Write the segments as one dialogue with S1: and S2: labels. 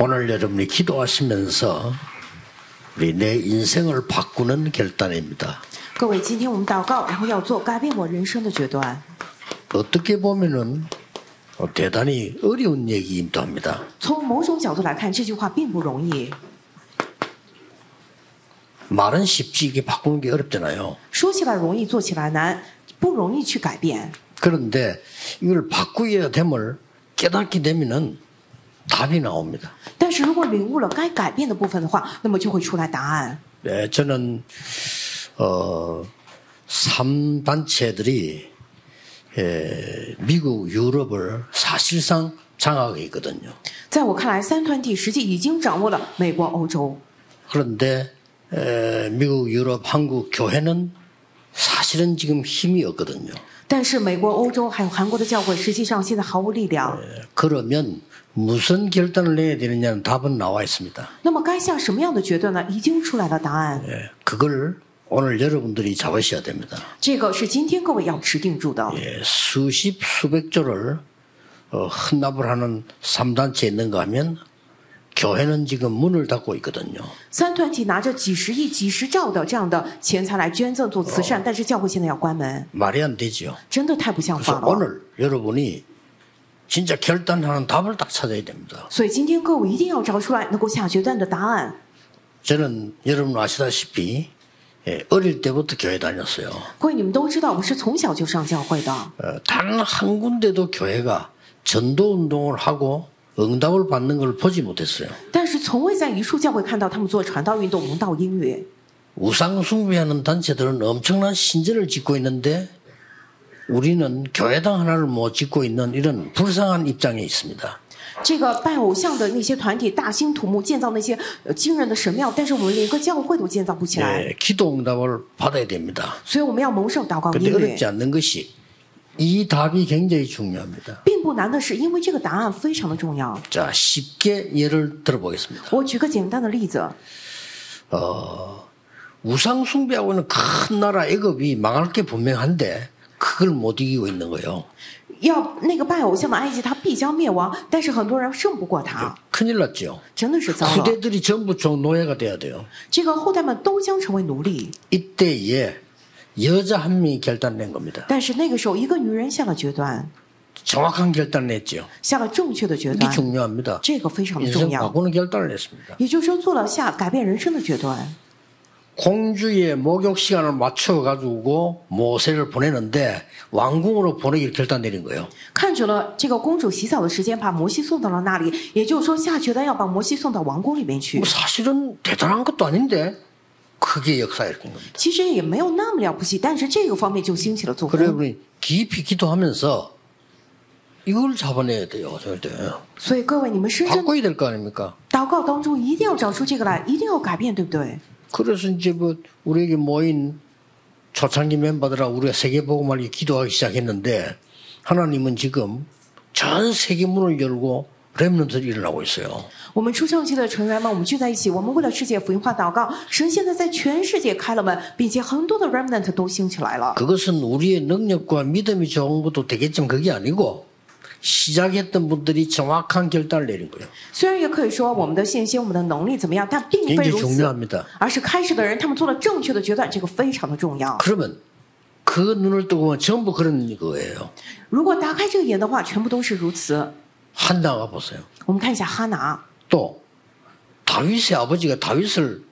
S1: 오늘 여러분이 기도하시면서 우리 내 인생을 바꾸는 결단입니다.
S2: 各位，今天我们祷告，然后要做改变我人生的决断。
S1: 어떻게 보면은 뭐 대단히 어려운 얘기임도 합니다.
S2: 从某种角度来看，这句话并不容易。
S1: 말은 쉽지 이게 바꾸는 게 어렵잖아요.
S2: 说起来容易，做起来难，不容易去改变。
S1: 그런데 이걸 바꾸어야 됨을 깨닫게 되면은 답이 나옵니다.
S2: 但是如果领悟了该改变的部分的话，那么就会出来答案。
S1: 네, 저는 어, 3단체들이 예, 미국, 유럽을 사실상 장악해 있거든요.
S2: 在我看来，三团体实际已经掌握了美国、欧洲，
S1: 그런데 에, 미국, 유럽, 한국 교회는 사실은 지금 힘이 없거든요.
S2: 但是美国、欧洲还有韩国的教会，实际上现在毫无力量。
S1: 그러면 무슨 결단을 내야 되느냐는 답은 나와 있습니다.
S2: 那么该下什么样的决断呢？已经出来了答案，
S1: 예, 그걸 오늘 여러분들이 잡으셔야 됩니다.
S2: 这个是今天各位要持定住的。
S1: 예, 수십 수백 조를 어, 헌납을 하는 3단체 있는가 하면 교회는 지금 문을 닫고 있거든요.
S2: 三团体拿着几十亿、几十兆的这样的钱财来捐赠做慈善，但是教会现在要关门，
S1: 말이 안 되죠.
S2: 真的太不像话
S1: 그래서
S2: 了。
S1: 오늘 여러분이 진짜 결단하는 답을 딱 찾아야 됩니다.
S2: 所以今天各位一定要找出来能够下决断的答案。
S1: 저는 여러분 아시다시피 예, 어릴 때부터 교회 다녔어요.
S2: 各位，你们都知道，我是从小就上教会的，
S1: 단 한 군데도 교회가 전도 운동을 하고 응답을 받는 걸 보지 못했어요.
S2: 但是从未在一处教会看到他们做传道运动、蒙道英语。
S1: 우상 숭배하는 단체들은 엄청난 신전을 짓고 있는데 우리는 교회당 하나를 못 짓고 있는 이런 불쌍한 입장에 있습니다.
S2: 这个拜偶像的那些团体大兴土木，建造那些呃惊人的神庙，但是我们连一个教会都建造不起来。
S1: 예, 기도 응답을 받아야 됩니다.
S2: 所以我们要蒙受祷告
S1: 근데
S2: 应允
S1: 어렵지 。 않는 것이 이 답이 굉장히 중요합니다.
S2: 并不难的是，因为这个答案非常的重要。
S1: 자, 쉽게 예를 들어보겠습니다.
S2: 我举个简单的例子，
S1: 어, 우상 숭배하고 있는 큰 나라 애굽이 망할 게 분명한데 그걸 못 이기고 있는 거예요.
S2: 要那个拜偶像的埃及，他必将灭亡，但是很多人胜不过他，
S1: 큰일 났죠.
S2: 真的是糟了。
S1: 후대들이 전부 종노예가 돼야 돼요.
S2: 这个后代们都将成为奴隶。
S1: 이때에 여자 한 명이 결단낸 겁니다.
S2: 但是那个时候，一个女人下了决断，
S1: 정확한 결단을 했죠.
S2: 下了正确的决
S1: 이게
S2: 断，
S1: 중요합니다.
S2: 这个非常的
S1: 인생
S2: 重要。
S1: 바꾸는 결단을 했습니다.
S2: 也就是说，做了下改变人生的决断。
S1: 공주의 목욕 시간을 맞춰가지고 모세를 보내는데 왕궁으로 보내기를 결단 내린 거예요.
S2: 看准了这个公主洗澡的时间，把摩西送到了那里。也就是说，下决断要把摩西送到王宫里面去
S1: 뭐 。 사실은 대단한 것도 아닌데 그게 역사의 일인 겁니다.
S2: 其实也没有那么了不起，但是这个方面就兴起了做工。
S1: 그래 우리 깊이 기도하면서 이걸 잡아내야 돼요. 절때
S2: 所以各位，你们深深
S1: 바꿔야 될 거 아닙니까?
S2: 祷告当中一定要找出这个来，一定要改变，对不对？
S1: 그래서 이제 뭐 우리에게 모인 초창기 멤버들아 우리가 세계복음을 기도하기 시작했는데 하나님은 지금 전 세계 문을 열고 렘넌트들이 일어나고 있어요.
S2: 我们初创期的成员们，我们聚在一起，我们为了世界福音化祷告。神现在在全世界开了门，并且很多的 remnant 都兴起来了。
S1: 그것은 우리의 능력과 믿음이 좋은 것도 되겠지만 그게 아니고 시작했던 분들이 정확한 결단을 내린 거예요.
S2: 虽然也可以说我们的信心、我们的能力怎么样，但并非
S1: 굉장히
S2: 如此，
S1: 중요합니다.
S2: 而是开始的人他们做了正确的决断，这个非常的重要。
S1: 그러면 그 눈을 뜨고 보면 전부 그런 거예요.
S2: 如果打开这个眼的话，全部都是如此。
S1: 한 나가 보세요.
S2: 我们看一下哈拿，
S1: 또 다윗의 아버지가 다윗을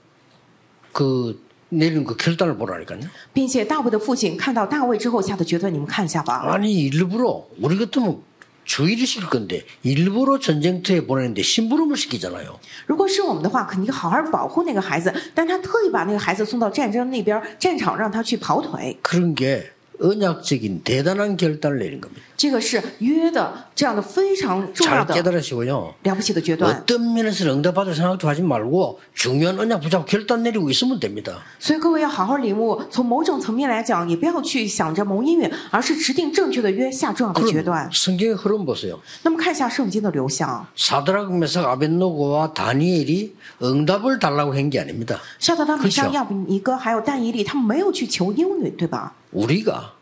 S1: 그 내린 그 결단을 보라니까요.
S2: 并且大卫的父亲看到大卫之后下的决断，你们看一下吧。
S1: 아니 일부러 우리 같으면 주의를 시킬 건데 일부러 전쟁터에 보내는데 심부름을 시키잖아요.
S2: 如果是我们的话，肯定好好保护那个孩子，但他特意把那个孩子送到战争那边战场，让他去跑腿，
S1: 그런 게 언약적인 대단한 결단을 내린 겁니다.
S2: 这个是约的这样的非常重要
S1: 잘
S2: 的
S1: 깨달으시고요.
S2: 了不起的决断。
S1: 어떤 면에서 응답받을 생각도 하지 말고 중요한 언약 붙잡고 결단 내리고 있으면 됩니다.
S2: 所以各位要好好领悟，从某种层面来讲，也不要去想着谋姻缘，而是持定正确的约，下重要的决
S1: 그럼
S2: 断。
S1: 성경의 흐름 보세요.
S2: 那么看一下圣经的流向，
S1: 사드락 메삭 아벤노고와 다니엘이 응답을 달라고 한 게 아닙니다.
S2: 沙特拉米
S1: 可
S2: 沙
S1: 巧
S2: 亚比尼哥还有但以理，他们没有去求应允，对吧？
S1: 우리가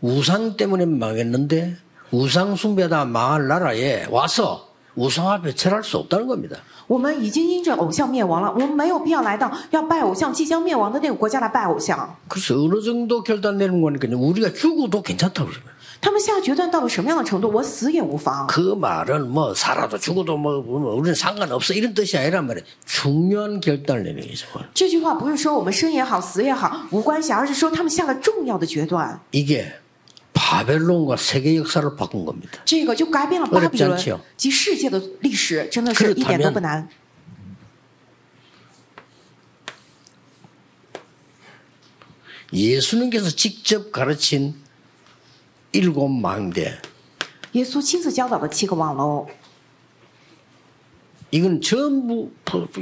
S1: 우상 때문에 망했는데 우상 숭배다 망할 나라에 와서 우상 앞에 절할 수 없다는 겁니다.
S2: 我们已经因着偶像灭亡了，我们没有必要来到要拜偶像、即将灭亡的那个国家来拜偶像。
S1: 그래서 어느 정도 결단 내는 거니까 우리가 죽어도 괜찮다고 그러요
S2: 他们下决断到了什么样的程度，我死也无妨。
S1: 그 말은 뭐 살아도 죽어도 뭐, 뭐 우리는 상관없어 이런 뜻이 아니란 말이에요. 중요한 결단을 내는 거죠.
S2: 这句话不是说我们生也好，死也好无关系，而是说他们下了重要的决断。
S1: 이게 바벨론과 세계 역사를 바꾼 겁니다.
S2: 这个就改变了巴比
S1: 어렵지않지요
S2: 伦及世界的历史，真的是一点都不难。
S1: 예수님께서 직접 가르친 일곱 망대
S2: 耶稣亲自教导的七个网楼，
S1: 이건 전부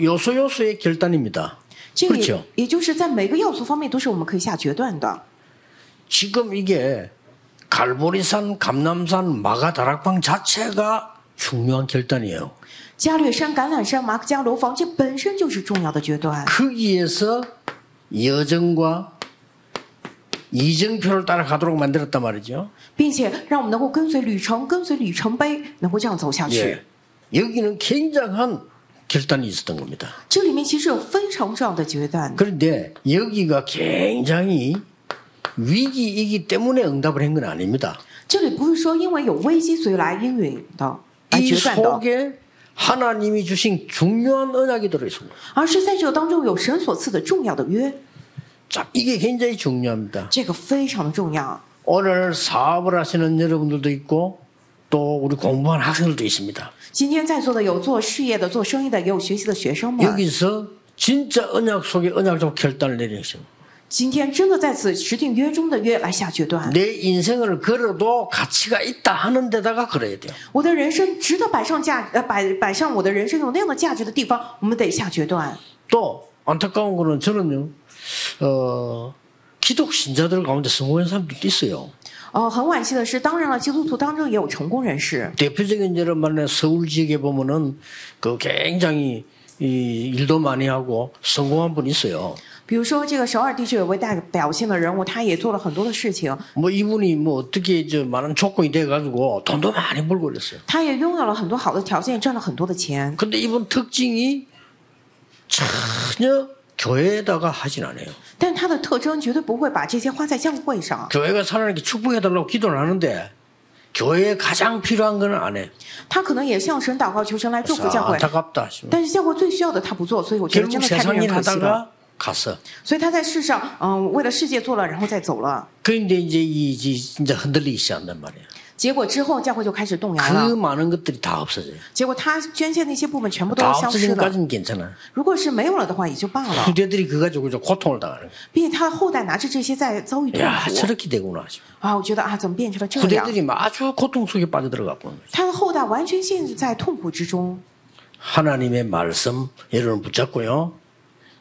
S1: 요소 요소의 결단입니다.
S2: 这个也
S1: 그렇죠.
S2: 也就是在每个要素方面都是我们可以下决断的。
S1: 지금 이게 갈보리산, 감남산, 마가 다락방 자체가 중요한 결단이에요.
S2: 加略山、橄榄山、马可加楼房，这本身就是重要的决断。
S1: 거기에서 여정과 이정표를 따라가도록 만들었단 말이죠.
S2: 并且让我们能够跟随旅程，跟随里程碑，能够这样走下去。
S1: 예. 여기는 굉장한 결단이 있었던 겁니다.
S2: 这里面其实有非常重要的决断，
S1: 그런데 여기가 굉장히 위기이기 때문에 응답을 한 건 아닙니다.
S2: 这里不是说因为有危机所以来应允的，来
S1: 이
S2: 决断的，
S1: 속에 하나님이 주신 중요한 언약이 들어있습니다.
S2: 而是在这个当中有神所赐的重要的约，
S1: 자, 이게 굉장히 중요합니다.
S2: 这个非常的重要。
S1: 오늘 사업을 하시는 여러분들도 있고 또 우리 공부하는 학생들도 있습니다.
S2: 今天在座的有做事业的、做生意的，也有学习的学生们。
S1: 여기서 진짜 언약 속에 언약적 결단을 내리십니다.
S2: 今天真的在此持定约中的约来下决断。
S1: 내 인생을 걸어도 가치가 있다 하는 데다가 걸어야 돼요.
S2: 我的人生值得摆上价，呃，摆摆上我的人生有那样的价值的地方，我们得下决断。
S1: 또 안타까운 거는 저는요, 어, 기독 신자들 가운데 성공한 사람들도 있어요.
S2: 哦，很惋惜的是，当然了，基督徒当中也有成功人士，
S1: 대표적인 예를 말해 서울 지역에 보면은 그 굉장히 이 일도 많이 하고 성공한 분이 있어요.
S2: 比如说，这个首尔地区有位代表性的人物，他也做了很多的事情，
S1: 뭐 이분이 뭐 어떻게 이제 많은 조건이 돼가지고 돈도 많이 벌고 그랬어요.
S2: 他也拥有了很多好的条件，赚了很多的钱。
S1: 근데 이분 특징이 전혀 교회에다가 하진 않아요.
S2: 但他的特征绝对不会把这些花在教会上。
S1: 교회가 사람에게 축복해달라고 기도를 하는데 교회에 가장 필요한 건 안 해.
S2: 他可能也向神祷告求神来祝福
S1: 啊
S2: 教会，
S1: 안타깝다. 싶어요.
S2: 但是教会最需要的他不做，所以我觉得
S1: 결국
S2: 真的太令
S1: 세상 일
S2: 人可惜了。
S1: 하다가 갔어.
S2: 所以他在世上，嗯，为了世界做了，然后再走了。
S1: 그런데 이제 이 이제 진짜 흔들리기 시작한단 말이야.
S2: 结果之后，教会就开始动摇
S1: 그
S2: 了。
S1: 많은 것들이 다 없어져요.
S2: 结果他捐献那些部门全部都
S1: 다
S2: 消失了。
S1: 없어지는까지는 괜찮아.
S2: 如果是没有了的话，也就 罢了。
S1: 후대들이 그 가지고 이제 고통을 당하는 거야.
S2: 并且他的后代拿着这些在遭遇痛
S1: 야,
S2: 苦
S1: 저렇게 되구나. 싶어.
S2: 啊，我觉得啊，怎么变成了这样？
S1: 후대들이 막 아주 고통 속에 빠져들어가고. 있는 거야.
S2: 他的后代完全陷在痛苦之中。
S1: 하나님의 말씀 여러분 붙잡고요.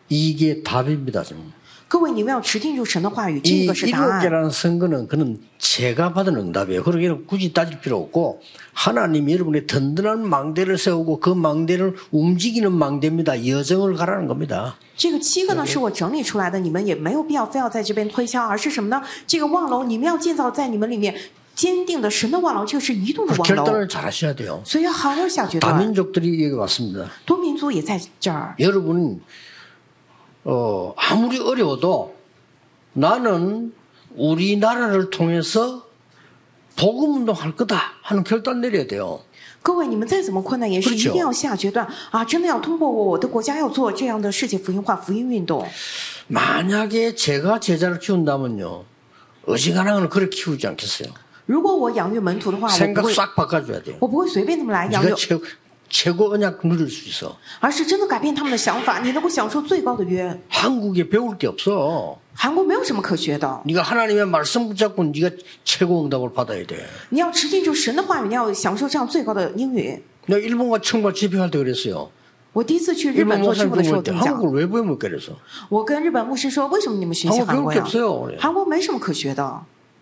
S1: 이게 답입니다. 지금.
S2: 各位，你们要持定住神的话语，这
S1: 이
S2: 个是答案。
S1: 일곱개라는 선거는 그는 제가 받은 응답이에요. 그러기에 굳이 따질 필요 없고 하나님이 여러분의 든든한 망대를 세우고 그 망대를 움직이는 망대입니다. 여정을 가라는 겁니다.
S2: 这个七个呢，是我整理出来的，你们也没有必要非要在这边推销，而是什么呢？这个望楼，你们要建造在你们里面坚定的神的望楼，这个是移动的
S1: 그
S2: 望楼，
S1: 결단을 잘 하셔야 돼요.
S2: 所以要好好下决断。
S1: 다민족들이 여기 왔습니다.
S2: 多民族也在这儿，
S1: 여러분 어, 아무리 어려워도 나는 우리나라를 통해서 복음 운동할 거다 하는 결단 내려야 돼요.
S2: 各位，你们再怎么困难，也是
S1: 不
S2: 一
S1: 是久
S2: 定要下决断啊！真的要通过我我的国家要做这样的世界福音化福音运动。
S1: 만약에 제가 제자를 키운다면요. 어지간한 건 그렇게 키우지 않겠어요.
S2: 如果我养育门徒的话，我不
S1: 생각
S2: 会，
S1: 싹 바꿔줘야 돼요.
S2: 我不会随便那么来养育
S1: 네가 ， 최고, 최고 언약 누릴 수 있어.
S2: 而是真的改变他们的想法，你能够享受最高的约。
S1: 한국에 배울 게 없어.
S2: 韩国没有什么可学的，
S1: 네가 하나님의 말씀 붙잡고 네가 최고 응답을 받아야 돼.
S2: 你要持定住神的话语，你要享受这样最高的英语。
S1: 내가 일본과 청과 집회할 때 그랬어요.
S2: 我第一次去日本
S1: 일본
S2: 做师
S1: 목사님
S2: 傅的时候，
S1: 부모일
S2: 怎
S1: 때
S2: 么讲？
S1: 한국을 왜 배우면 그래서
S2: 我跟日本牧师说，为什么你们学习
S1: 韩国
S2: 韩国
S1: 배울
S2: 呀
S1: 게없어요 ？
S2: 韩国没什么可学的，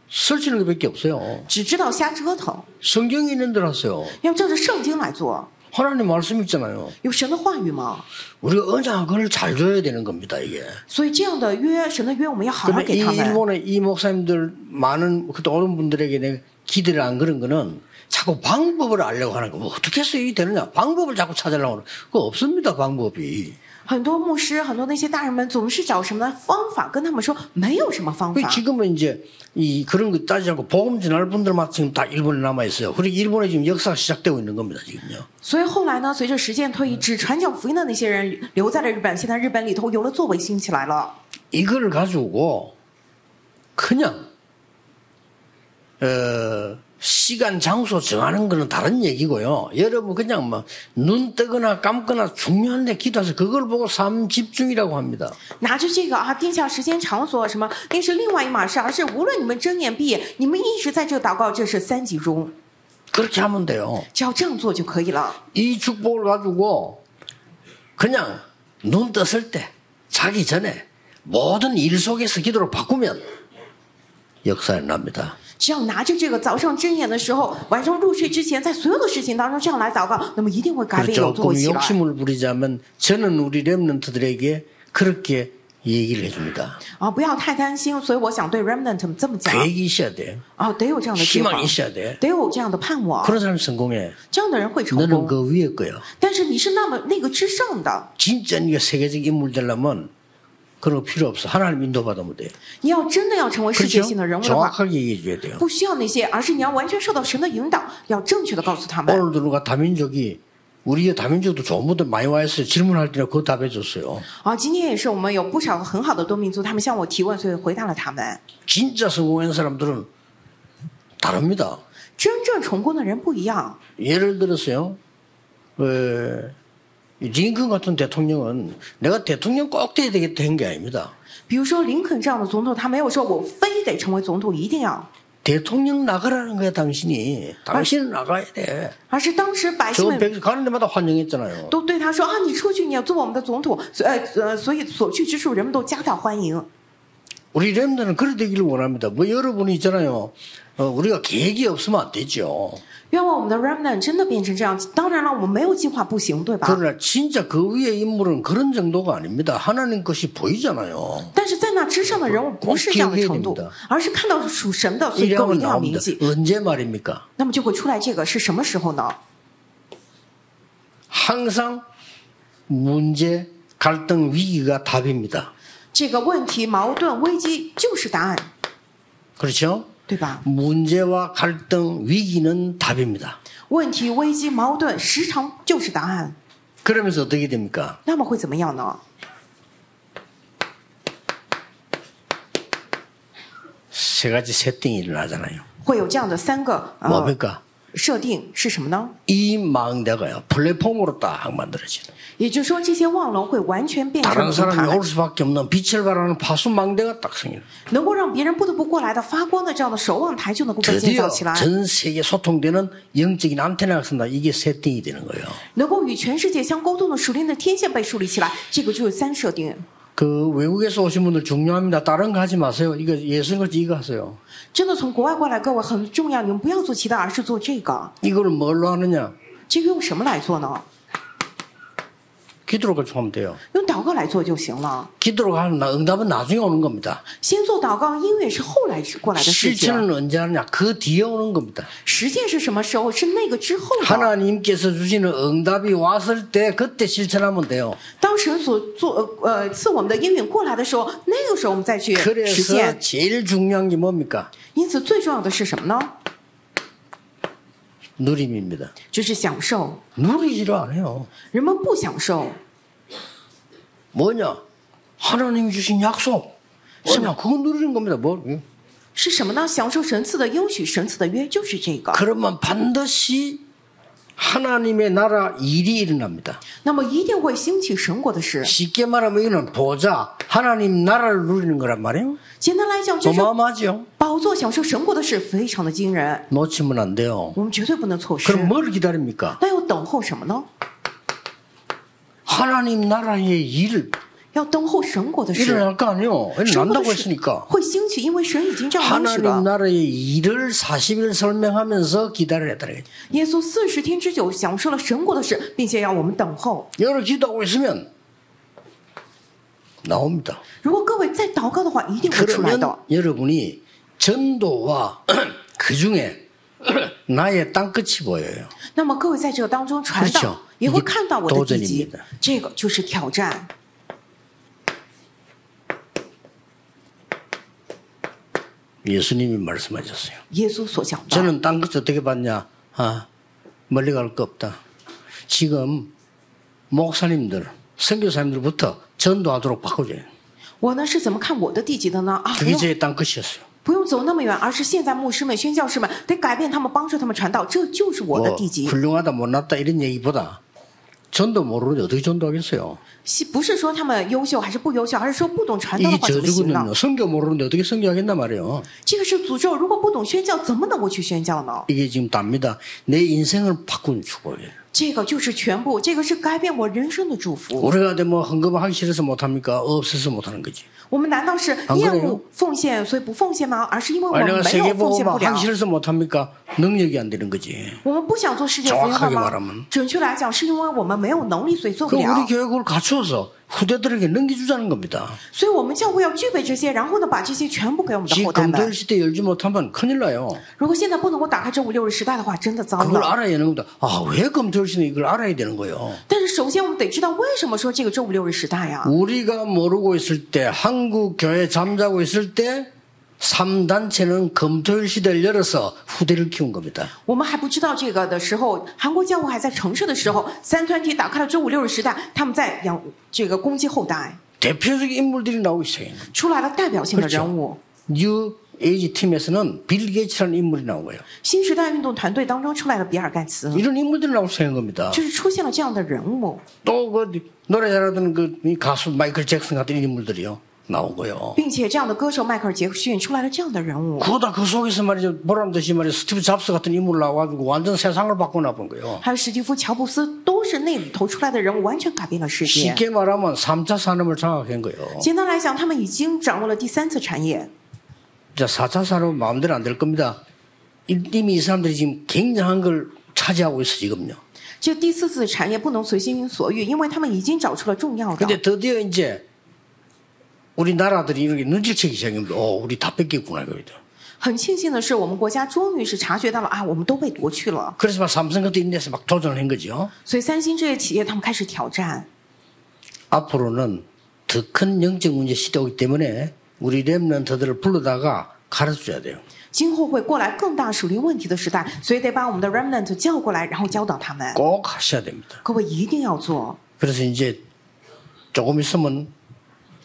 S1: 설치는 게밖에 없어요.
S2: 只知道瞎折腾，
S1: 성경이 있는 대로 하세요.
S2: 要照着圣经来做。
S1: 하나님 말씀 있잖아요.
S2: 有神的话语吗？
S1: 우리가 언약을 잘 줘야 되는 겁니다, 이게.
S2: 所以这样的约，神的约，我们要好好
S1: 근데
S2: 给
S1: 이
S2: 他们。
S1: 일본의 이 목사님들 많은 그때 오른 분들에게 내가 기대를 안 그런 거는 자꾸 방법을 알려고 하는 거. 뭐 어떻게 해서 이게 되느냐? 방법을 자꾸 찾으려고 하는 거. 그거 없습니다, 방법이.
S2: 很多牧师，很多那些大人们总是找什么方法，跟他们说没有什么方
S1: 그
S2: 法。
S1: 지금은 이제 이 그런 거 따지지 않고 복음 전할 분들만 지금 다 일본에 남아 있어요. 그리고 일본에 지금 역사가 시작되고 있는 겁니다, 지금요.
S2: 所以后来呢，随着时间推移，只传讲福音的那些人留在了日本，现在日本里头有了作为兴起来了。
S1: 이걸 가지고 그냥 어, 시간 장소 정하는 거는 다른 얘기고요. 여러분 그냥 막 눈 뜨거나 감거나 중요한데 기도해서 그걸 보고 삶 집중이라고 합니다.
S2: 拿着这个啊，定下时间、场所什么，那是另外一码事，而是无论你们睁眼闭眼，你们一直在这祷告，这是三级中，
S1: 그렇게 하면 돼요.
S2: 只要这样做就可以了。
S1: 이 축복을 가지고 그냥 눈 떴을 때 자기 전에 모든 일 속에서 기도를 바꾸면 역사에 납니다.
S2: 只要拿着这个，早上睁眼的时候，晚上入睡之前，在所有的事情当中这样来祷告，那么一定会改变，
S1: 그리고
S2: 有作
S1: 조금
S2: 为起来。
S1: 욕심을 부리자면 저는 우리 렘넌트들에게 그렇게 얘기를 해줍니다.
S2: 啊，不要太担心。所以我想对 Remnant 们这么讲，
S1: 계획이 있어야 돼.
S2: 啊，得有这样的计划，
S1: 희망이 있어야 돼.
S2: 得有这样的盼望，
S1: 그런 사람 성공해.
S2: 这样的人会成
S1: 너는
S2: 功。
S1: 그 위에 거야.
S2: 但是你是那么那个之上的，
S1: 진짜 네가 세계적 인물 되려면 그런 거 필요 없어. 하나님 인도받으면 돼.
S2: 你要真的要成为世界
S1: 그렇죠?
S2: 性的人物的话，
S1: 정확하게 얘기해 줘야 돼요.
S2: 不需要那些，而是你要完全受到神的引导，要正确的告诉他们。
S1: 오늘도 누가 다민족이 우리 다민족도 좋은 분들 많이 와 있어요. 질문할 때는 그거 답해 줬어요.
S2: 啊，今天也是我们有不少很好的多民族，他们向我提问，所以回答了他们。
S1: 진짜 성공한 사람들은 다릅니다.
S2: 真正成功的人不一样，
S1: 예를 들어서요. 에, 링컨 같은 대통령은 내가 대통령 꼭 돼야 되겠다 한 게 아닙니다.
S2: 比如说林肯这样的总统，他没有说我非得成为总统，一定要，
S1: 대통령 나가라는 거야 당신이. 당신은 나가야 돼.
S2: 而是当时百姓
S1: 저건
S2: 们
S1: 백 가는 데마다 환영했잖아요.
S2: 都对他说啊，你出去，你要做我们的总统，所呃呃，所以所去之处，人们都夹道欢迎。
S1: 우리 렘들은 그래 되기를 원합니다. 뭐 여러분이 있잖아요. 어, 우리가 계획이 없으면 안 되죠.
S2: 愿望我们的 remnant 真的变成这样。当然了，我们没有计划不行，对吧？
S1: 그러나 진짜 그 위의 인물은 그런 정도가 아닙니다. 하나님 것이 보이잖아요.
S2: 但是在那之上的人物不是这样的程度
S1: 光听黑的，
S2: 而是看到属神的，所以各
S1: 이러면
S2: 位一定要铭
S1: 나옵니다.
S2: 记。
S1: 언제 말입니까?
S2: 那么就会出来这个是什么时候呢？
S1: 항상 문제, 갈등, 위기가 답입니다.
S2: 这个问题、矛盾、危机就是答案，
S1: 그렇죠?
S2: 对吧？
S1: 문제와 갈등, 위기는 답입니다.
S2: 问题、危机、矛盾时常就是答案，
S1: 그러면서 어떻게 됩니까?
S2: 那么会怎么样呢？
S1: 세 가지 세팅이 일어나잖아요.
S2: 会有这样的三个呃
S1: 뭡니까?
S2: 设定是什么呢？
S1: 이 망대가요. 플랫폼으로 딱 만들어지는.
S2: 也就是说，这些望楼会完全变
S1: 다른
S2: 成平
S1: 사람이
S2: 台
S1: 올 ， 수밖에 없는 빛을 발하는 파수망대가 딱 생겨요.
S2: 能够让别人不得不过来的发光的这样的守望台就能够被建
S1: 드디어
S2: 造起来，
S1: 전 세계 소통되는 영적인 안테나가 쓴다. 이게 세팅이 되는 거예요.
S2: 能够与全世界相沟通的属灵的天线被树立起来，这个就是三设定。
S1: 그 외국에서 오신 분들 중요합니다. 다른 거 하지 마세요. 이거 예수님같이 이거 하세요.
S2: 真的从国外过来，各位很重要，你们不要做其他，而是做这个。
S1: 이걸 뭘로 하느냐?
S2: 这个用什么来做呢？
S1: 기도로 가지고 하면 돼요.
S2: 用祷告来做就行了。
S1: 기도로 하면 나- 응답은 나중에 오는 겁니다.
S2: 先做祷告，音乐是后来过来的事情。
S1: 실천은 언제 하느냐? 그 뒤에 오는 겁니다.
S2: 实践是什么时候？是那个之后的。
S1: 하나님께서 주시는 응답이 왔을 때 그때 실천하면 돼요.
S2: 当神所做呃呃赐我们的应允过来的时候，那个时候我们再去
S1: 예,
S2: 实
S1: 그래서
S2: 践。
S1: 제일 중요한 게 뭡니까?
S2: 因此，最重要的是什么呢？
S1: 누림입니다.
S2: 就是享受。
S1: 누리지를 않아요.
S2: 人们不享受，
S1: 뭐냐? 하나님이 주신 약속. 뭐냐? 그거 누리는 겁니다. 뭐 응?
S2: 是什么呢？享受神赐的应许，神赐的约，就是这个。
S1: 그러면 반드시 하나님의 나라 일이 일어납니다.
S2: 那么一定会兴起神国的事。
S1: 쉽게 말하면 이거는 보자 하나님 나라를 누리는 거란 말이에요.
S2: 简单来讲，就是
S1: 어마어마하죠.
S2: 宝座享受神国的事非常的惊人，
S1: 놓치면 안 돼요.
S2: 我们绝对不能错失。
S1: 그럼 뭘 기다립니까?
S2: 那要等候什么呢？
S1: 하나님 나라의 일
S2: 要等候神国的事。
S1: 일어날 거 아니에요.
S2: 神国
S1: 일어난다고
S2: 的事
S1: 했으니까.
S2: 会兴起，因为神已经这样应许
S1: 하나님
S2: 了。
S1: 나라의 일을 40일 설명하면서 기다려야 되겠죠.
S2: 耶稣四十天之久享受了神国的事，并且让我们等候。
S1: 여러 기도하고 있으면 나옵니다.
S2: 如果各位再祷告的话，一定会出来
S1: 그러면
S2: 的。
S1: 여러분이 전도와 그 중에 나의 땅끝이 보여요.
S2: 那么各位在这个当中传
S1: 不行
S2: 道，也会看到我的地
S1: 你都在里面
S2: 基
S1: 的，
S2: 这个就是挑战。
S1: 예수님이 말씀하셨어요.
S2: 耶稣所讲的，
S1: 저는 땅끝 어떻게 봤냐? 아, 멀리 갈 거 없다. 지금 목사님들, 선교사님들부터 전도하도록 바꿔줘요.
S2: 我呢是怎么看我的地基的呢？啊，不
S1: 그게
S2: 用
S1: 제 땅끝이었어요.
S2: 不用走那么远，而是现在牧师们、宣教士们得改变他们，帮助他们传道，这就是我的
S1: 뭐
S2: 地基。
S1: 훌륭하다 못났다 이런 얘기보다 전도 모르는데 어떻게 전도하겠어요?
S2: 是不是说他们优秀还是不优秀，而是说不懂传道的
S1: 이게
S2: 话怎么行呢
S1: 저주거든요. 성교 모르는데 어떻게 성교하겠나 말이에요.
S2: 这个是诅咒，如果不懂宣教，怎么能够去宣教呢？
S1: 이게 지금 답니다. 내 인생을 바꾼 축복이에요.
S2: 这个就是全部，这个是改变我人生的祝福。
S1: 우리가 근데 뭐 헌금하기 싫어서 못합니까? 없어서 못하는 거지.
S2: 我们难道是
S1: 안
S2: 厌
S1: 그래요
S2: 恶奉献，所以不奉献吗？而是因为我
S1: 아니,
S2: 们没
S1: 내가
S2: 有奉献不
S1: 세계보고만
S2: 了
S1: 하기 。 싫어서 못합니까? 능력이 안 되는 거지.
S2: 我们不想做世界福音
S1: 정확하게
S2: 了
S1: 말하면
S2: 吗？准确来讲，是因为我们没有能力，所以做不
S1: 그
S2: 了
S1: 우리 。 교육을 갖추어서 후대들에게 넘겨주자는 겁니다.
S2: 所以我们教会要具备这些，然后呢，把这些全部给我们的后代
S1: 지금
S2: 们
S1: 될 。 시대 열지 못하면 큰일 나요.
S2: 如果现在不能够打开这五六十时代的话，真的糟
S1: 그걸
S2: 了。
S1: 알아야 되는 겁니다. 아, 왜 검토할 시대 이걸 알아야 되는 거예요?
S2: 但是首先我们得知道为什么说这个周五六日时代
S1: 아.
S2: 呀、
S1: 우리가 모르고 있을 때, 한국 교회 잠자고 있을 때, 3단체는 검토일 시대를 열어서 후대를 키운 겁니다.
S2: 我们还不知道这个的时候，韩国教会还在城市的时候，三团体打开了周五六日时代，他们在养这个攻击后代，
S1: 대표적인 인물들이 나오기 시작해요.
S2: 出来了代表性的人物。
S1: 뉴 에이지 팀에서는 빌 게이츠라는 인물이 나온 거예요.
S2: 新时代运动团队当中出来了比尔盖茨，
S1: 이런 인물들이 나오기 시작한 겁니다.
S2: 就是出现了这样的人物，
S1: 또 그 노래 잘하던 그이 가수 마이클 잭슨 같은 인물들이요. 나온 거예요.
S2: 并且这样的歌手迈克尔·杰克逊出来了这样的人物，
S1: 그러다 그 속에서 말이죠. 보람듯이 말이죠. 스티브 잡스 같은 인물 나와가지고 완전 세상을 바꿔놔본 거예요.
S2: 还有史蒂夫·乔布斯，都是那里头出来的人物，完全改变了世界。
S1: 쉽게 말하면 3차 산업을 장악한 거예요.
S2: 简单来讲，他们已经掌握了第三次产业。
S1: 자, 4차 산업은 마음대로 안 될 겁니다. 이- 이미 이 사람들이 지금 굉장한 걸 차지하고 있어, 지금요.
S2: 这第四次产业不能随心所欲，因为他们已经找出了重要的。
S1: 근데 드디어 이제 우리나라들이 이렇게 눈치채기 시작합니다. 어, 우리 다 뺏겼구나, 그거죠.
S2: 很庆幸的是，我们国家终于是察觉到了啊，我们都被夺去了。
S1: 그래서 막 삼성 같은 인데서 막 도전을 한 거죠.
S2: 所以三星这些企业他们开始挑战。
S1: 앞으로는 더 큰 영적 문제 시대 오기 때문에 우리 랩런트들을 불러다가 가르쳐 줘야 돼요.
S2: 今后会过来更大属灵问题的时代，所以得把我们的 remnant 叫过来，然后教导他们。
S1: 꼭 하셔야 됩니다.
S2: 各位一定要做。
S1: 그래서 이제 조금 있으면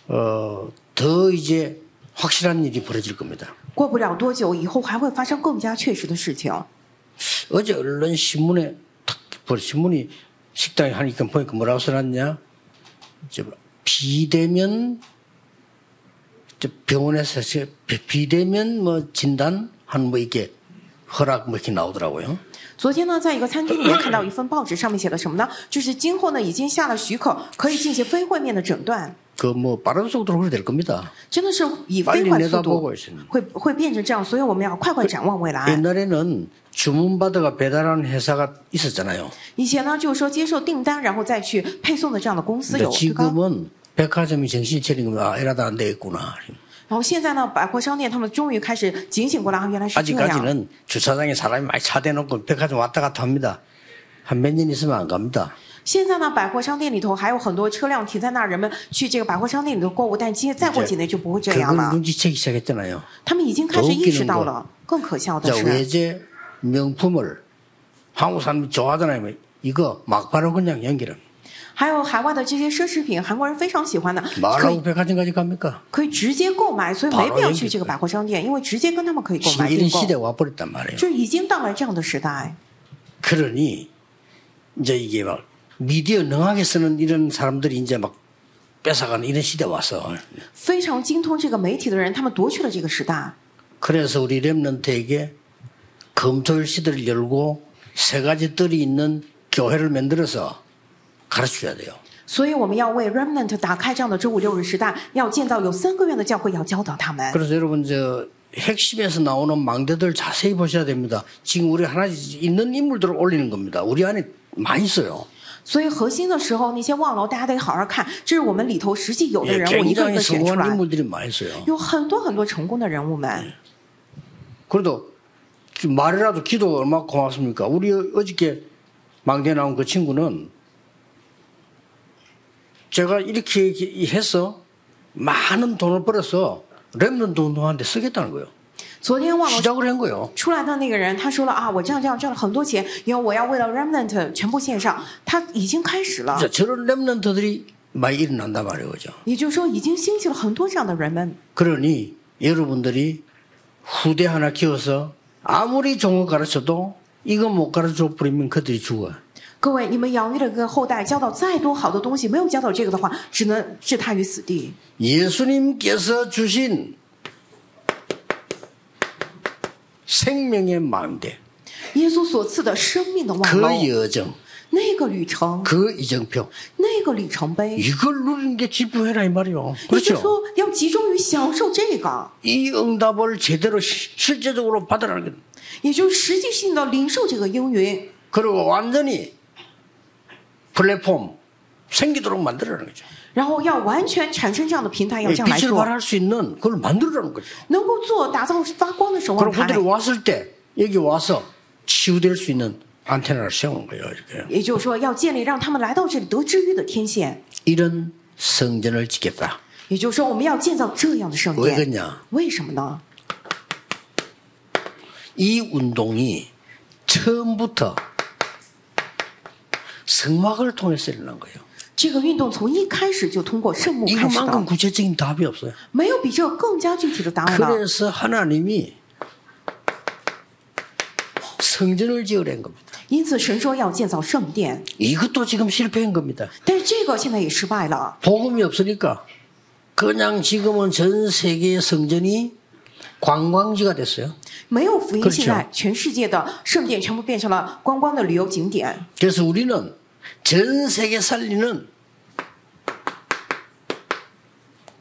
S1: 어, 더 이제 확실한 일이 벌어질 겁니다.
S2: 过不了多久，以后还会发生更加确实的事情。
S1: 어제 언론 신문에 탁 벌- 신문이 식당에 하니까 보니까 뭐라고 써놨냐? 이제 뭐 비대면 이제 병원에서 이제 비- 비대면 뭐 진단 한뭐 이게 허락 뭐 이렇게 나오더라고요.
S2: 昨天呢，在一个餐厅里面看到一份报纸，上面写了什么呢？就是今后呢已经下了许可，可以进行非会面的诊断。
S1: 그 뭐 빠른 속도로 흘러될 겁니다.
S2: 真的是以飞快的速
S1: 빨리내다보고있
S2: 度
S1: 습니다
S2: 会 会变成这样，所以我们要快快展望未来。
S1: 옛날에는 주문받아가 배달하는 회사가 있었잖아요.
S2: 以前呢，就是说接受订单，然后再去配送的这样的公司
S1: 근데
S2: 有，对吧？
S1: 지금은 백화점이 정신 차린 겁니다. 아, 이러다 안 되겠구나.
S2: 然后现在呢，百货商店他们终于开始警醒过来，啊原来是这样。
S1: 아직까지는 주차장에 사람이 많이 차대놓고 백화점 왔다 갔다 합니다. 한 몇 년 있으면 안 갑니다.
S2: 现在呢，百货商店里头还有很多车辆停在那儿，人们去这个百货商店里头购物，但今再过几年就不会这
S1: 그걸
S2: 样了。
S1: 눈치채기 시작했잖아요.
S2: 他们已经开始意识到了。更可笑的
S1: 자,
S2: 是，啊
S1: 외제 명품을 한국 사람이 좋아하잖아요. 이거 막바로 그냥 연결합니다.
S2: 还有海外的这些奢侈品，韩国人非常喜欢的，可以
S1: 말하고 백화점까지 갑니까?
S2: 可以直接购买，所以没必要去这个百货商店，因为直接跟他们可以购买
S1: 시- 이런
S2: 订购。
S1: 시대가 와버렸단 말이에요.
S2: 就已经到了这样的时代，
S1: 그러니 이제 이게 막 미디어 능하게 쓰는 이런 사람들이 이제 막 뺏어가는 이런 시대 와서
S2: 非常精通这个媒体的人，他们夺去了这个时代。
S1: 그래서 우리 렘넌트에게 검토일 시대를 열고 세 가지 뜰이 있는 교회를 만들어서 가르쳐줘야 돼요.
S2: 所以我们要为 Remnant 打开这样的周五六日时代，要建造有三个月的教会，要教导他们。
S1: 그래서 여러분 저 핵심에서 나오는 망대들 자세히 보셔야 됩니다. 지금 우리 하나 있는 인물들을 올리는 겁니다. 우리 안에 많이 있어요.
S2: 所以核心的时候，那些望楼大家得好好看，这是我们里头实际有的
S1: 예,
S2: 人物一个
S1: 굉장히
S2: 一个选出
S1: 성공한
S2: 来，
S1: 인물들이 많이 있어요.
S2: 有很多很多成功的人物们。
S1: 그래도 말이라도 기도 얼마 나 고맙습니까? 우리 어저께 망대 나온 그 친구는 제가 이렇게 얘기- 해서 많은 돈을 벌어서 랩런드 운동하는데 쓰겠다는 거예요.
S2: 昨天望楼
S1: 시작을 한 거예요.
S2: 出来的那个人，他说了啊，我这样这样赚了很多钱，因为我要为了 Remnant 全部献上，他已经开始了，
S1: 이제 저런 랩런트들이 많이 일어난단 말이에요. 그죠?
S2: 也就是说已经兴起了很多这样的人们。
S1: 그러니 여러분들이 후대 하나 키워서 아무리 종을 가르쳐도 이거 못 가르쳐 버리면 그들이 죽어.
S2: 各位，你们养育了个后代，教导再多好的东西，没有教导这个的话，只能置他于死地。
S1: 예수님께서 주신 생명의 마음대
S2: 耶稣所赐的生命的望
S1: 그
S2: 楼，
S1: 여정,
S2: 那个旅程，
S1: 그 이정표
S2: 那个里程碑，
S1: 이걸 누리는 게 지부해라 이 말이요.
S2: 也就是
S1: 그렇죠?
S2: 说要集中于享受这个，
S1: 이 응답을 제대로 시- 실제적으로 받아라는 거예요.
S2: 也就是实际性的领受这个应允，
S1: 그리고 완전히 플랫폼 생기도록 만들어라는 거죠.
S2: 然后要完全产生这样的平台，要
S1: 이
S2: 这样来
S1: 빛을
S2: 做，
S1: 발할 수 있는 그걸 만들어라는 거죠.
S2: 能够做打造发光的守望
S1: 그럼
S2: 台
S1: 그들이 。 왔을 때 여기 와서 치유될 수 있는 안테나를 세우는 거예요. 이렇게.
S2: 也就是说，要建立让他们来到这里得知愈的天线。
S1: 이런 성전을 짓겠다.
S2: 也就是说，我们要建造这样的圣
S1: 왜
S2: 殿。
S1: 그냐?
S2: 为什么呢？
S1: 이 운동이 처음부터 성막을 통해서 일어난 거예요.
S2: 这个运动从一开始就通过圣母开始
S1: 이것만큼
S2: 的，
S1: 구체적인 답이 없어요.
S2: 没有比这更加具体的答案了。
S1: 그래서 하나님이 성전을 지으라는 겁니다.
S2: 因此，神说要建造圣殿，
S1: 이것도 지금 실패한 겁니다.
S2: 但是这个现在也失败了。
S1: 복음이 없으니까 그냥 지금은 전 세계의 성전이 관광지가 됐어요.
S2: 没有福音，
S1: 그렇죠
S2: 现在全世界的圣殿全部变成了观光的旅游景点。
S1: 그래서 우리는 전 세계 살리는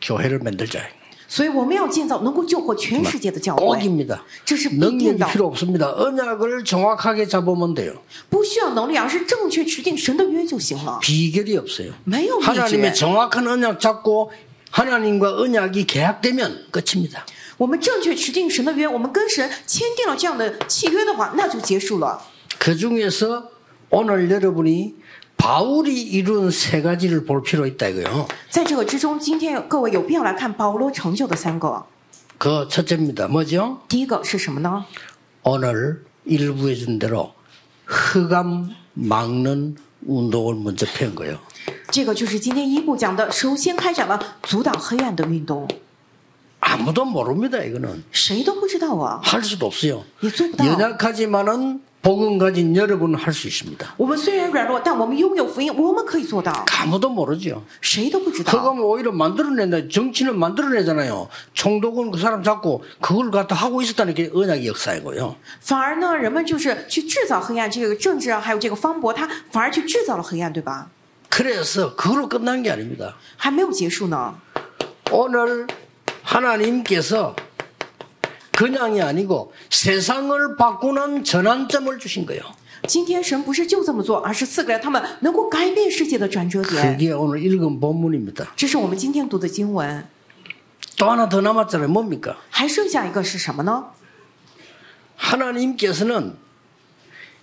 S1: 교회를 만들자.
S2: 所以，我们要建造能够救活全世界的教
S1: 哦
S2: 会，
S1: 꼭입니다.
S2: 这是必定
S1: 능력이
S2: 的，
S1: 필요 없습니다. 언약을 정확하게 잡으면 돼요.
S2: 不需要能力，而是正确持定神的约就行了。
S1: 비결이 없어요.
S2: 没有秘诀
S1: 하나님의 。 정확한 언약 잡고 하나님과 언약이 계약되면 끝입니다.
S2: 我们正确持定神的约，我们跟神签订了这样的契约的话，那就结束了。
S1: 그 중에서 오늘 여러분이 바울이 이룬 세 가지를 볼 필요 있다 이거요.
S2: 在这个之中，今天各位有必要来看保罗成就的三个。
S1: 그 첫째입니다. 뭐죠?
S2: 第一个是什么呢？
S1: 오늘 일부 해준 대로 흑암 막는 운동을 먼저 편 거예요.
S2: 这个就是今天一部讲的，首先开展了阻挡黑暗的运动，
S1: 아무도 모릅니다. 이거는
S2: 谁都不知道啊，
S1: 할 수도 없어요.
S2: 也做不到。啊
S1: 연약하지만은 복음 가진 여러분은 할 수 있습니다.
S2: 我们虽然软弱，但我们拥有福音，我们可以做到，
S1: 아무도 모르죠.
S2: 谁都不知道。
S1: 흑암을 오히려 만들어낸다. 정치는 만들어내잖아요. 총독은 그 사람 잡고 그걸 갖다 하고 있었다는 게 언약의 역사이고요.
S2: 反而呢，人们就是去制造黑暗，这个政治啊，还有这个方博，他反而去制造了黑暗，对吧？
S1: 그래서 그걸로 끝난 게 아닙니다.
S2: 还没有结束呢。
S1: 오늘 하나님께서 그냥이 아니고 세상을 바꾸는 전환점을 주신 거예요.
S2: 今天神不是就这么做，而是赐给了他们能够改变世界的转折点。
S1: 그게 오늘 읽은 본문입니다.
S2: 这是我们今天读的经文，
S1: 또 하나 더 남았잖아요. 뭡니까?
S2: 还剩下一个是什么呢？
S1: 하나님께서는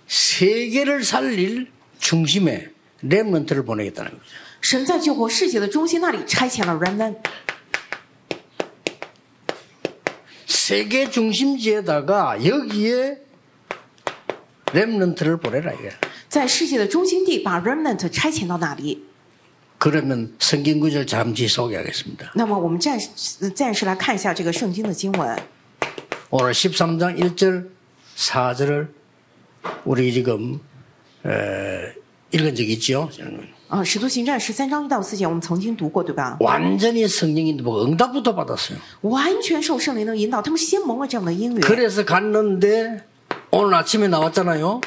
S1: 세계를 살릴 중심에 렘넌트를 보내겠다는 거죠.
S2: 神在救活世界的中心那里差遣了 remnant，
S1: 세계 중심지에다가 여기에 렘넌트를 보내라 이게.
S2: 在世界的中心地把 remnant 差遣到那里。
S1: 그러면 성경 구절 잠시 소개하겠습니다.
S2: 那么我们暂时呃暂时来看一下这个圣经的经文。
S1: 오늘 13장 1절 4절을 우리 지금 에, 읽은 적 있죠?
S2: 啊，《使徒行传》十三章一到四节，我们曾经读过，对吧？
S1: 완전히 성령인데 뭐 응답부터 받았어요.
S2: 完全受圣灵的引导，他们 예. 先蒙了这样的应允。
S1: 그래서 갔는데 오늘 아침에 나왔잖아요.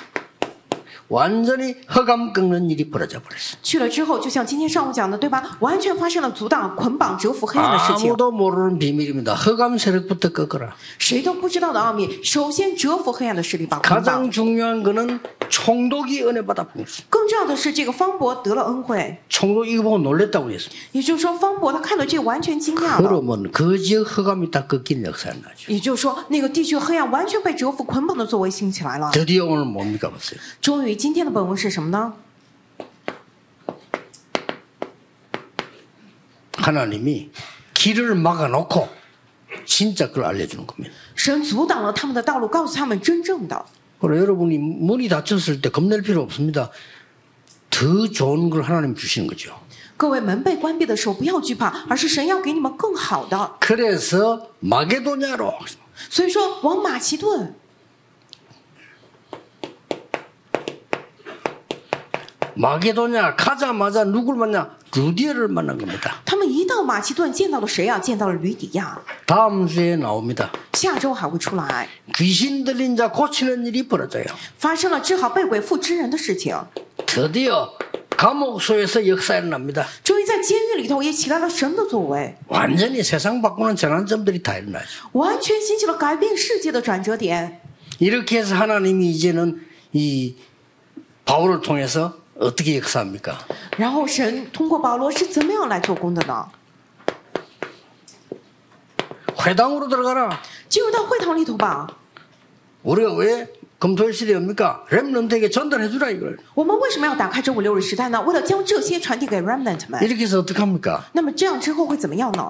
S1: 완전히 허감 꺾는 일이 벌어져 버렸어요.
S2: 去了之后，就像今天上午讲的，对吧？完全发生了阻挡、捆绑、折服黑暗的事情，
S1: 아무도 모르는 비밀입니다. 허감 세력부터 꺾어라.
S2: 谁都不知道的奥秘。首先折服黑暗的势力，把捆绑。
S1: 가장 중요한 거는 총독이 은혜 받아 부었어요.
S2: 更重要的是，这个方伯得了恩惠，
S1: 총독 이거 보고 놀랬다고 그랬습니다.
S2: 也就是说，方伯他看到这个完全惊讶了。
S1: 그러면 그 지역 허감이 다 꺾인 역사가 나죠.
S2: 也就是说，那个地区黑暗完全被折服、捆绑的作为兴起来了。
S1: 드디어 오늘 뭡니까 봤어요.
S2: 终于，今天的本文是什么呢？
S1: 하나님이 길을 막아놓고 진짜 그걸 알려주는 겁니다.
S2: 神阻挡了他们的道路，告诉他们真正的。
S1: 그럼 여러분이 문이 닫혔을 때 겁낼 필요 없습니다. 더 좋은 걸 하나님 주시는 거죠.
S2: 各位，门被关闭的时候不要惧怕，而是神要给你们更好的。
S1: 그래서 마게도냐로
S2: 所以说，往马其顿，
S1: 마게도냐 가자마자 누굴 만나 루디엘을 만난 겁니다.
S2: 他们一到马其顿见到了谁啊？见到了吕底亚。
S1: 다음 주에 나옵니다.
S2: 下周还会出来，
S1: 귀신 들린 자 고치는 일이 벌어져요.
S2: 发生了治好被鬼附之人的事情。
S1: 드디어 감옥소에서 역사 일어납니다.
S2: 终于在监狱里头也起来了神的作为，
S1: 완전히 세상 바꾸는 전환점들이 다 일어나죠.
S2: 完全兴起了改变世界的转折点。
S1: 이렇게 해서 하나님이 이제는 이 바울을 통해서 어떻게 역사합니까?
S2: 然后神通过保罗是怎么样来做工的呢？
S1: 회당으로 들어가라.
S2: 进入到会堂里头吧。
S1: 우리가 왜 금토일 시대입니까? 렘넌트에게 전달해주라 이걸.
S2: 我们为什么要打开这五六日时代呢？为了将这些传递给 remnant 们。
S1: 이렇게 해서 어떡합니까?
S2: 那么这样之后会怎么样呢？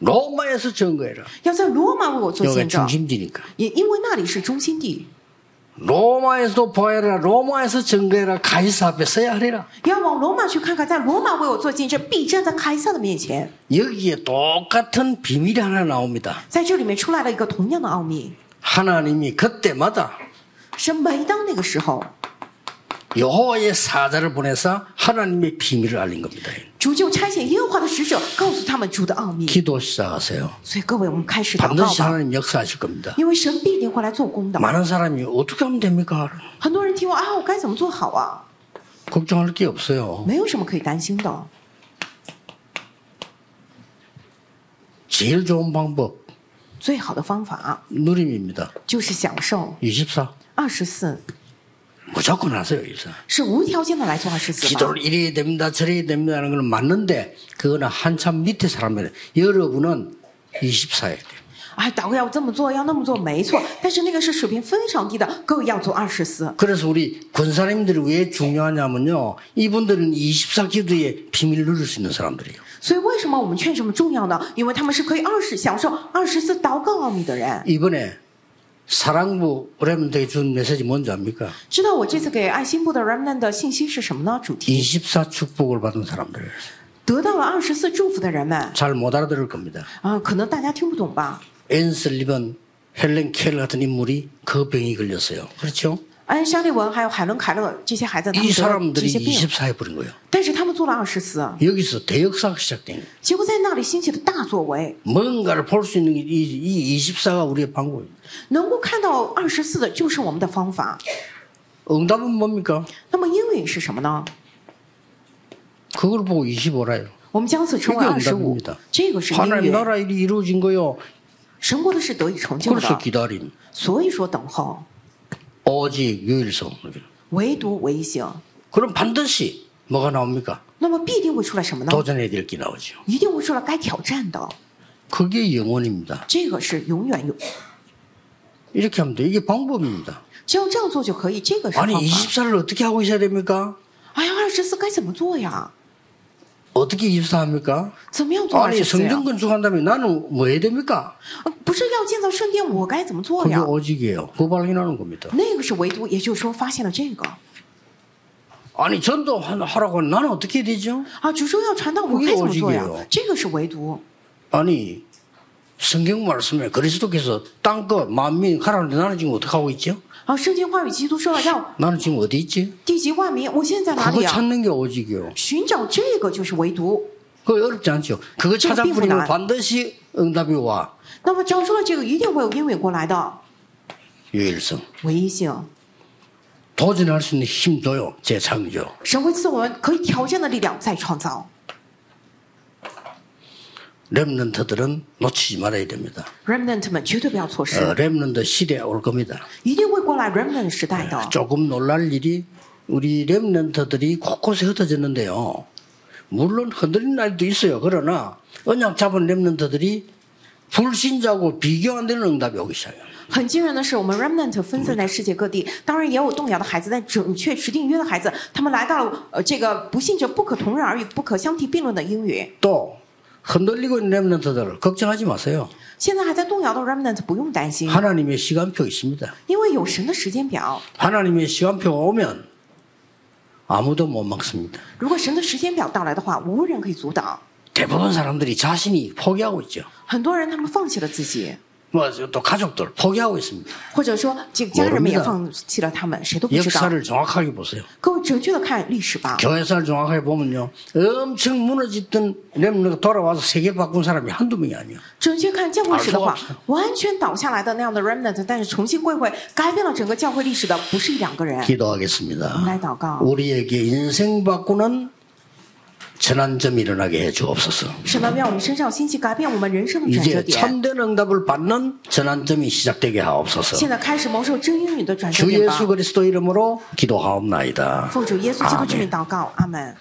S1: 로마에서 증거해라.
S2: 要在罗马为我做
S1: 여기가
S2: 见证，
S1: 중심지니까.
S2: 也因为那里是中心地，
S1: 로마에서도 보아라. 로마에서 증거해라. 가이사 앞에 서야 하리라.
S2: 要往罗马去看看，在罗马为我做见证，必站在凯撒的面前。
S1: 여기에 똑같은 비밀이 하나 나옵니다.
S2: 在这里面出来了一个同样的奥秘，
S1: 하나님이 그때마다
S2: 神每当那个时候，
S1: 여호와의 사자를 보내서 하나님의 비밀을 알린 겁니다.
S2: 主就差遣耶和华的使者告诉他们主的奥秘。
S1: 기도 시작하세요.
S2: 所以各位，我们开始祷告
S1: 반드시
S2: 吧，
S1: 하나님 역사하실 겁니다.
S2: 因为神必定会来做工的。
S1: 많은 사람이 어떻게 하면 됩니까?
S2: 很多人听我啊，我该怎么做好啊？
S1: 걱정할 게 없어요.
S2: 没有什么可以担心的，
S1: 제일 좋은 방법
S2: 最好的方法
S1: 누림입니다.
S2: 就是享受
S1: 24
S2: 二十四，
S1: 무조건 하세요. 24.
S2: 是无条件的来做二十四。
S1: 기도를 이래야 됩니다. 저래야 됩니다. 하는 건 맞는데 그거는 한참 밑에 사람이에요. 여러분은 24예요.
S2: 哎，祷告要这么做，要那么做，没错。但是那个是水平非常低的，各位要做二十四。
S1: 그래서 우리 군사님들이 왜 중요하냐면요. 이분들은 24 기도의 비밀을 누릴 수 있는 사람들이에요.
S2: 所以为什么我们劝什么重要呢？因为他们是可以二十享受二十四祷告奥秘的人。
S1: 이번에 사랑부 오래면되게 준 메시지 뭔지 압니까?
S2: 知道我这次给爱心部的 Remnant 的信息是什么呢？主题
S1: 24 축복을 받은 사람들.
S2: 得到了二十四祝福的人们
S1: 잘 못 알아들을 겁니다.
S2: 啊，可能大家听不懂吧。
S1: 앤슬리번 헬렌 켈 같은 인물이 그 병이 걸렸어요. 그렇죠?
S2: 安沙利文还有海伦凯勒这些孩子，他
S1: 이
S2: 们得了这
S1: 사람들이
S2: 些病，
S1: 24에 부른 거예요.
S2: 但是他们做了二十四，
S1: 여기서 대역사가 시작된 거예요.
S2: 结果在那里兴起的大作为，
S1: 뭔가를 볼 수 있는 게 이, 이 24가 우리의 방법입니다.
S2: 能够看到二十四的就是我们的方法。
S1: 응답은 뭡니까?
S2: 那么英语是什么呢？
S1: 그걸 보고 25라요.
S2: 我们将此称为
S1: 这个
S2: 二十
S1: 我
S2: 五
S1: 们的，
S2: 这个是英
S1: 하나님
S2: 语。
S1: 나라 일이 이루어진 거요.
S2: 神国的是得以成就
S1: 그래서
S2: 的，
S1: 기다림.
S2: 所以说等候，
S1: 오직 유일성.
S2: 唯独唯行。
S1: 그럼 반드시 뭐가 나옵니까?
S2: 那么必定会出来什么呢？
S1: 도전해야 될 게 나오죠.
S2: 一定会出来该挑战的，
S1: 그게 영혼입니다.
S2: 这个是永远有，
S1: 이렇게 하면 돼요. 이게 방법입니다.
S2: 只要这样做就可以，这个是方
S1: 아니
S2: 法。
S1: 24를 어떻게 하고 있어야 됩니까?
S2: 哎呀，二十四该怎么做呀？
S1: 어떻게 24 합니까?
S2: 怎么样做二
S1: 아니
S2: 十四呀？
S1: 성전 건축한 다음에 나는 뭐 해야 됩니까?
S2: 呃不是要建造圣殿，我该怎么做
S1: 그게
S2: 呀？
S1: 오직이에요. 그 발견하는 겁니다.
S2: 那个是唯独，也就是说发现了这个
S1: 아니 전도 하라고 하면 나는 어떻게 해야 되죠?
S2: 啊，主说要传道，我该怎么做呀
S1: 不是我这个哟？哦
S2: 这个是唯独，
S1: 아니 성경 말씀에 그리스도께서 땅끝 만민 가라는데 나는 지금 어떻게 하고 있죠?
S2: 啊，圣经话语基督说了要
S1: 나는 지금 어디 있지?
S2: 地极万民，我现在在哪
S1: 그거
S2: 里啊？
S1: 찾는 게 오직이요.
S2: 寻找这个就是唯独。
S1: 그거 어렵지 않죠. 그거
S2: 좀
S1: 찾아버리면
S2: 삐부나.
S1: 반드시 응답이 와.
S2: 那么找出了这个，一定会有应允过来的
S1: 유일성.
S2: 唯一性。
S1: 도전할 수 있는 힘도요, 재창이죠.
S2: 神会赐我们可以挑战的力量，再创造。
S1: 렘넌트들은 놓치지 말아야 됩니다.
S2: remnant 们绝对不要错失，
S1: 어, 렘넌트 시대에 올 겁니다.
S2: 一定会过来 remnant 时代的。
S1: 조금 놀랄 일이 우리 렘넌트들이 곳곳에 흩어졌는데요. 물론 흔들린 날도 있어요. 그러나 언약 잡은 렘넌트들이 불신자고 비교 안 되는 응답이 오기 시작해요.
S2: 很惊人的是，我们 remnant 分散在世界各地，当然也有动摇的孩子，但准确持定约的孩子，他们来到了呃这个不信者不可同日而语、不可相提并论的英语。
S1: 또 흔들리고 있는 렘넌트들 걱정하지 마세요.
S2: 现在还在动摇的 remnant 不用担心，
S1: 하나님의 시간표 있습니다.
S2: 因为有神的时间表。
S1: 하나님의 시간표가 오면 아무도 못 막습니다.
S2: 如果神的时间表到来的话，无人可以阻挡。
S1: 대부분 사람들이 자신이 포기하고 있죠.
S2: 很多人他们放弃了自己，
S1: 뭐 또 가족들 포기하고 있습니다.
S2: 或者说这个家人们也
S1: 我
S2: 放弃了他们，谁都不知道。
S1: 역사를 정확하게 보세요.
S2: 各位准确的看历史吧，
S1: 교회사를 정확하게 보면요. 엄청 무너졌던 렘너가 돌아와서 세계 바꾼 사람이 한두 명이 아니에요.
S2: 准确看教会史的
S1: 啊
S2: 话
S1: 说，
S2: 完全倒下来的那样的 remnant，但是重新归回，改变了整个教会历史的不是一两个人。
S1: 기도하겠습니다.
S2: 来祷告，
S1: 우리에게 인생 바꾸는 전환점이 일어나게 해 주옵소서.
S2: 神啊，愿我们身上兴起改变我们人生的转折
S1: 이제
S2: 点。
S1: 참된 응답을 받는 전환점이 시작되게 하옵소서.
S2: 现在开始蒙受真英语的转折
S1: 주
S2: 点吧
S1: 예수 。 그리스도 이름으로 기도하옵나이다.
S2: 奉主耶稣基督之
S1: 아멘.
S2: 名祷告，阿门。